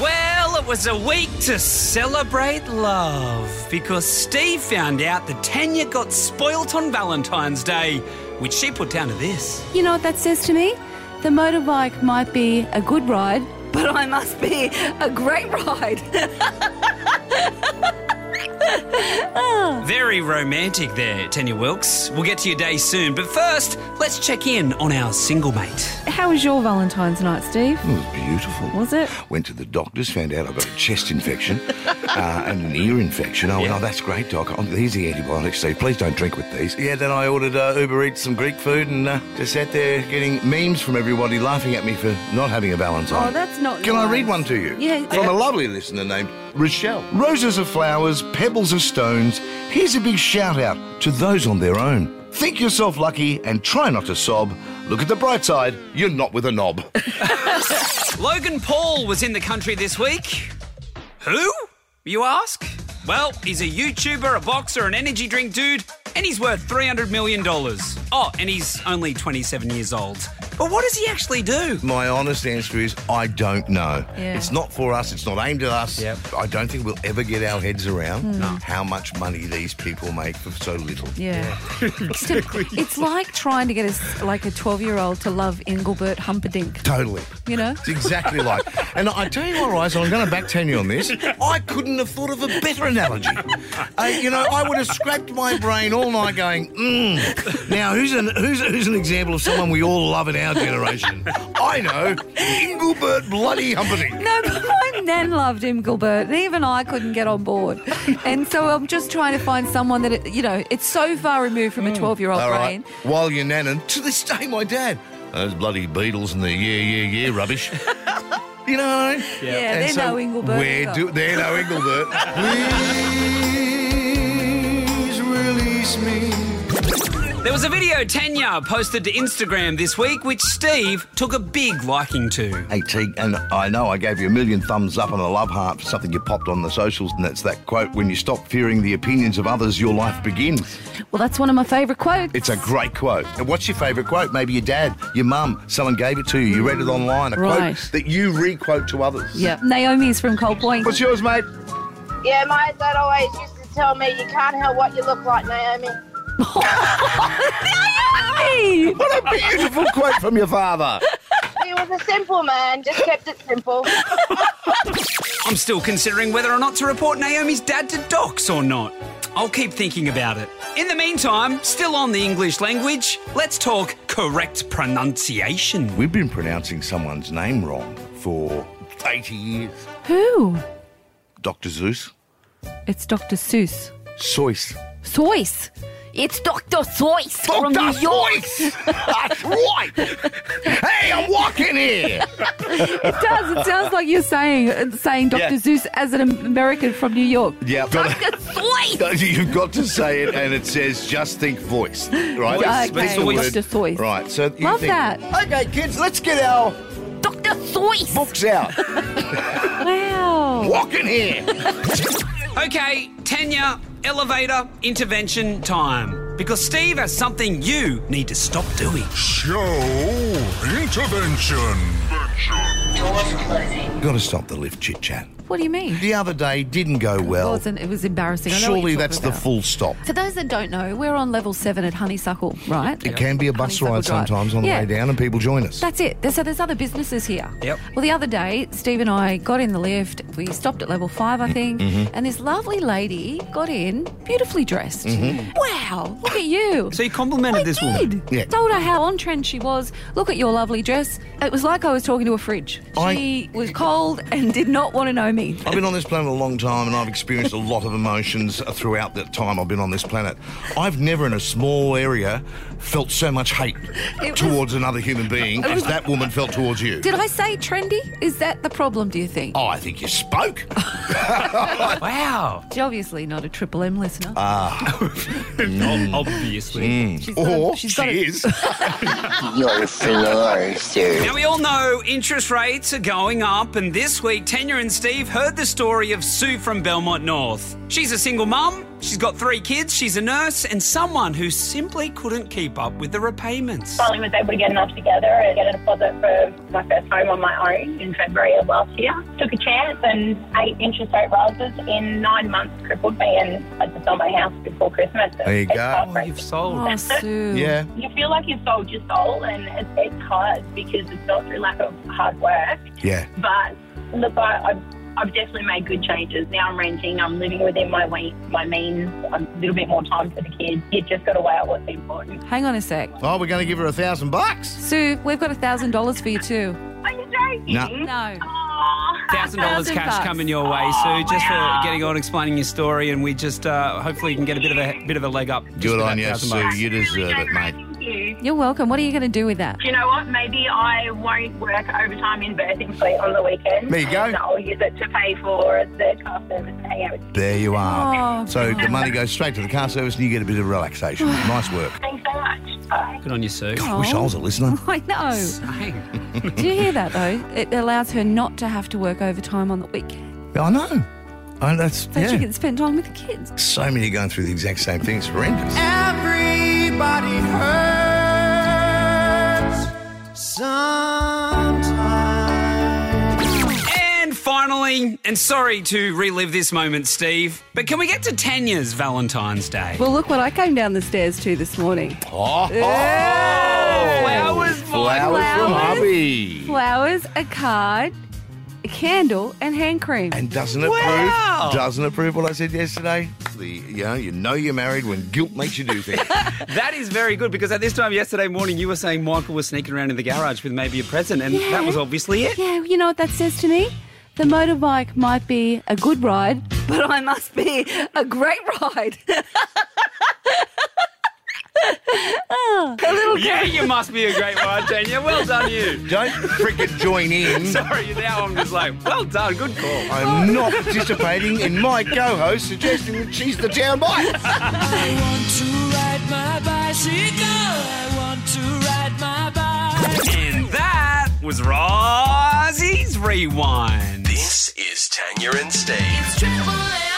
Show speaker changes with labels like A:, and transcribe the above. A: Well, it was a week to celebrate love because Steve found out that Tanya got spoilt on Valentine's Day, which she put down to this.
B: You know what that says to me? The motorbike might be a good ride, but I must be a great ride.
A: Very romantic there, Tanya Wilkes. We'll get to your day soon, but first, let's check in on our single mate.
B: How was your Valentine's night, Steve?
C: It was beautiful.
B: Was it?
C: Went to the doctors, found out I've got a chest infection uh, and an ear infection. I went,
A: Yeah.
C: oh, that's great, doc. Oh, these are the antibiotics, Steve. Please don't drink with these. Yeah, then I ordered uh, Uber Eats some Greek food and uh, just sat there getting memes from everybody laughing at me for not having a Valentine.
B: Oh, that's not
C: Can I
B: nice.
C: read one to you?
B: Yeah.
C: From a lovely listener named Rochelle. Roses are flowers, pebbles are stones. Here's a big shout out to those on their own. Think yourself lucky and try not to sob. Look at the bright side, you're not with a knob.
A: Logan Paul was in the country this week. Who? You ask? Well, he's a YouTuber, a boxer, an energy drink dude, and he's worth $300 million. Oh, and he's only 27 years old. But what does he actually do?
C: My honest answer is I don't know.
B: Yeah.
C: It's not for us. It's not aimed at us.
A: Yep.
C: I don't think we'll ever get our heads around how much money these people make for so little.
B: Hmm. Yeah. It's, it's like trying to get a, s- like a 12 year old to love Engelbert Humperdinck,
C: Totally.
B: you know?
C: It's exactly like. And I tell you what, Rise, I'm going to back ten you on this. I couldn't have thought of a better analogy. Uh, you know, I would have scrapped my brain all night going, mm. Now, who's an, who's, who's an example of someone we all love in our generation? I know, Engelbert Bloody Humperdinck.
B: No, but my nan loved Engelbert, and even I couldn't get on board. And so I'm just trying to find someone that, it, you know, it's so far removed from a 12 year old
C: Hmm. All
B: brain.
C: right. While you're nanning, to this day, my dad. Those bloody Beatles and the yeah, yeah, yeah rubbish. you know.
B: Yeah, they're
C: And so
B: no Engelbert.
C: We're
B: either.
C: do- they're no Engelbert. Please release me.
A: There was a video Tanya posted to Instagram this week, which Steve took a big liking to.
C: Hey, Teague, and I know I gave you a million thumbs up and a love heart for something you popped on the socials, and that's that quote when you stop fearing the opinions of others, your life begins.
B: Well, that's one of my favourite quotes.
C: It's a great quote. And what's your favourite quote? Maybe your dad, your mum, someone gave it to you, you read it online, a
B: Right.
C: quote that you re quote to others.
B: Yeah. Naomi's from Cold Point.
C: What's yours, mate?
D: Yeah, my dad always used to tell me, you can't help what you look like, Naomi.
B: Naomi!
C: What a beautiful quote from your father.
D: He was a simple man, just kept it simple.
A: I'm still considering whether or not to report Naomi's dad to docs or not. I'll keep thinking about it. In the meantime, still on the English language, let's talk correct pronunciation.
C: We've been pronouncing someone's name wrong for 80 years.
B: Who?
C: Dr. Zeus,
B: It's Dr. Seuss.
C: Sois.
B: Soyce. It's Dr. Soyce from New
C: Dr.
B: York.
C: Sois! That's right! Hey, I'm walking here!
B: It does. It sounds like you're saying uh, saying Dr.
C: Yeah.
B: Zeus as an American from New York.
C: Yeah, but-
B: Dr. Soyce.
C: You've got to say it, and it says just think voice, right?
B: Yes,
C: That's
A: okay.
C: word.
B: Dr. Sois.
C: Right, so you
B: Love
C: think,
B: that.
C: Okay, kids, let's get our
B: Dr. Soyce.
C: books out.
B: Wow.
C: walking here!
A: Okay, Tanya, elevator intervention time. Because Steve has something you need to stop doing.
E: Show intervention.
C: got to stop the lift chit chat.
B: What do you mean?
C: The other day didn't go
B: It
C: well.
B: wasn't. It was embarrassing. I know what
C: Surely
B: you're
C: that's
B: talking
C: the
B: about.
C: full stop.
B: For those that don't know, we're on level seven at Honeysuckle, right?
C: It can be a bus
B: Honeysuckle
C: ride
B: Drive.
C: sometimes on the
B: Yeah.
C: way down, and people join us.
B: That's it. There's, so there's other businesses here.
A: Yep.
B: Well, the other day, Steve and I got in the lift. We stopped at level five, I think. And this lovely lady got in, beautifully dressed. Wow, look at you.
A: So you complimented
B: I
A: this
B: did.
A: woman.
C: Yeah.
B: Told her how on trend she was. Look at your lovely dress. It was like I was talking to a fridge.
C: I-
B: She was cold and did not want to know me.
C: I've been on this planet a long time and I've experienced a lot of emotions throughout the time I've been on this planet. I've never in a small area felt so much hate
B: It was-
C: towards another human being as
B: was-
C: that woman felt towards you.
B: Did I say trendy? Is that the problem, do you think?
C: Oh, I think you spoke.
A: Wow.
B: She's obviously not a Triple M listener.
A: Obviously.
B: She's got a-
C: or
B: Oh, she's
C: she
B: got a-
C: is.
F: You're Florida.
A: Now, we all know interest rates are going up, and this week, Tanya and Steve heard the story of Sue from Belmont North. She's a single mum She's got three kids, she's a nurse, and someone who simply couldn't keep up with the repayments.
G: finally was able to get enough together and get a deposit for my first home on my own in February of last year. Took a chance and eight interest rate rises in nine months crippled me and I just sold my house before Christmas.
C: There you
G: It's
C: go.
G: heartbreaking.
A: Oh, you've sold.
B: Oh, Sue.
C: Yeah.
G: You feel like you've sold your soul and it, it's hard because it's not through lack of hard work.
C: Yeah.
G: But look, I, I've, I've definitely made good changes. Now I'm renting, I'm living within my, we- my means, I'm a little bit more time for the kids. You just got to weigh out what's important.
B: Hang on a sec.
C: Oh, we're going to give her a thousand bucks.
B: Sue, we've got a thousand dollars for you too.
G: Are you joking?
C: No.
B: No.
G: Aw.
A: Thousand dollars
B: $1,000
A: cash coming your way,
B: Oh,
A: Sue, just for getting on explaining your story, and we just uh, hopefully you can get a bit of a bit of a leg up. just
C: Good
A: for
C: on
A: that
C: you,
A: $1,000
C: Sue.
A: bucks.
C: You deserve it, mate.
G: Thank you.
B: You're welcome. What are you going to do with that?
G: Do you know what? Maybe I won't work overtime in birthing fleet on the weekend.
C: There you go.
G: And I'll use it to pay for a third class service and hang out with you.
C: There you are.
B: Oh,
C: so the money goes straight to the car service and you get a bit of relaxation. nice work.
G: Thanks so much. Bye.
A: Good on you, Sue.
C: I wish I was a listener.
B: I know.
A: Dang.
B: Do you hear that though? It allows her not to have to work overtime on the weekend,
C: I know. I, that's
B: so she
C: yeah.
B: can spend time with the kids.
C: So many going through the exact same thing. It's horrendous.
H: Everybody hurts sometimes.
A: And finally, and sorry to relive this moment, Steve, but can we get to Tanya's Valentine's Day?
B: Well, look what I came down the stairs to this morning.
C: Oh,
A: flowers,
C: flowers from
B: Flowers.
C: hubby.
B: Flowers, a card, a candle, and hand cream.
C: And doesn't it
A: Wow.
C: prove? Doesn't it prove what I said yesterday? The you know you know you're married when guilt makes you do things.
A: That is very good because at this time yesterday morning, you were saying Michael was sneaking around in the garage with maybe a present, and that was obviously it.
B: yeah, you know what that says to me? The motorbike might be a good ride, but I must be a great ride.
A: Yeah, you must be a great one, Tanya. Well done, you.
C: Don't frickin' join in.
A: Sorry, now I'm just like, well done, good call.
C: I'm not participating in my co-host suggesting that she's the town bike.
H: I want to ride my bicycle. I want to ride my bike.
A: And that was Rosie's Rewind.
I: This is Tanya and Steve.
H: It's Triple M.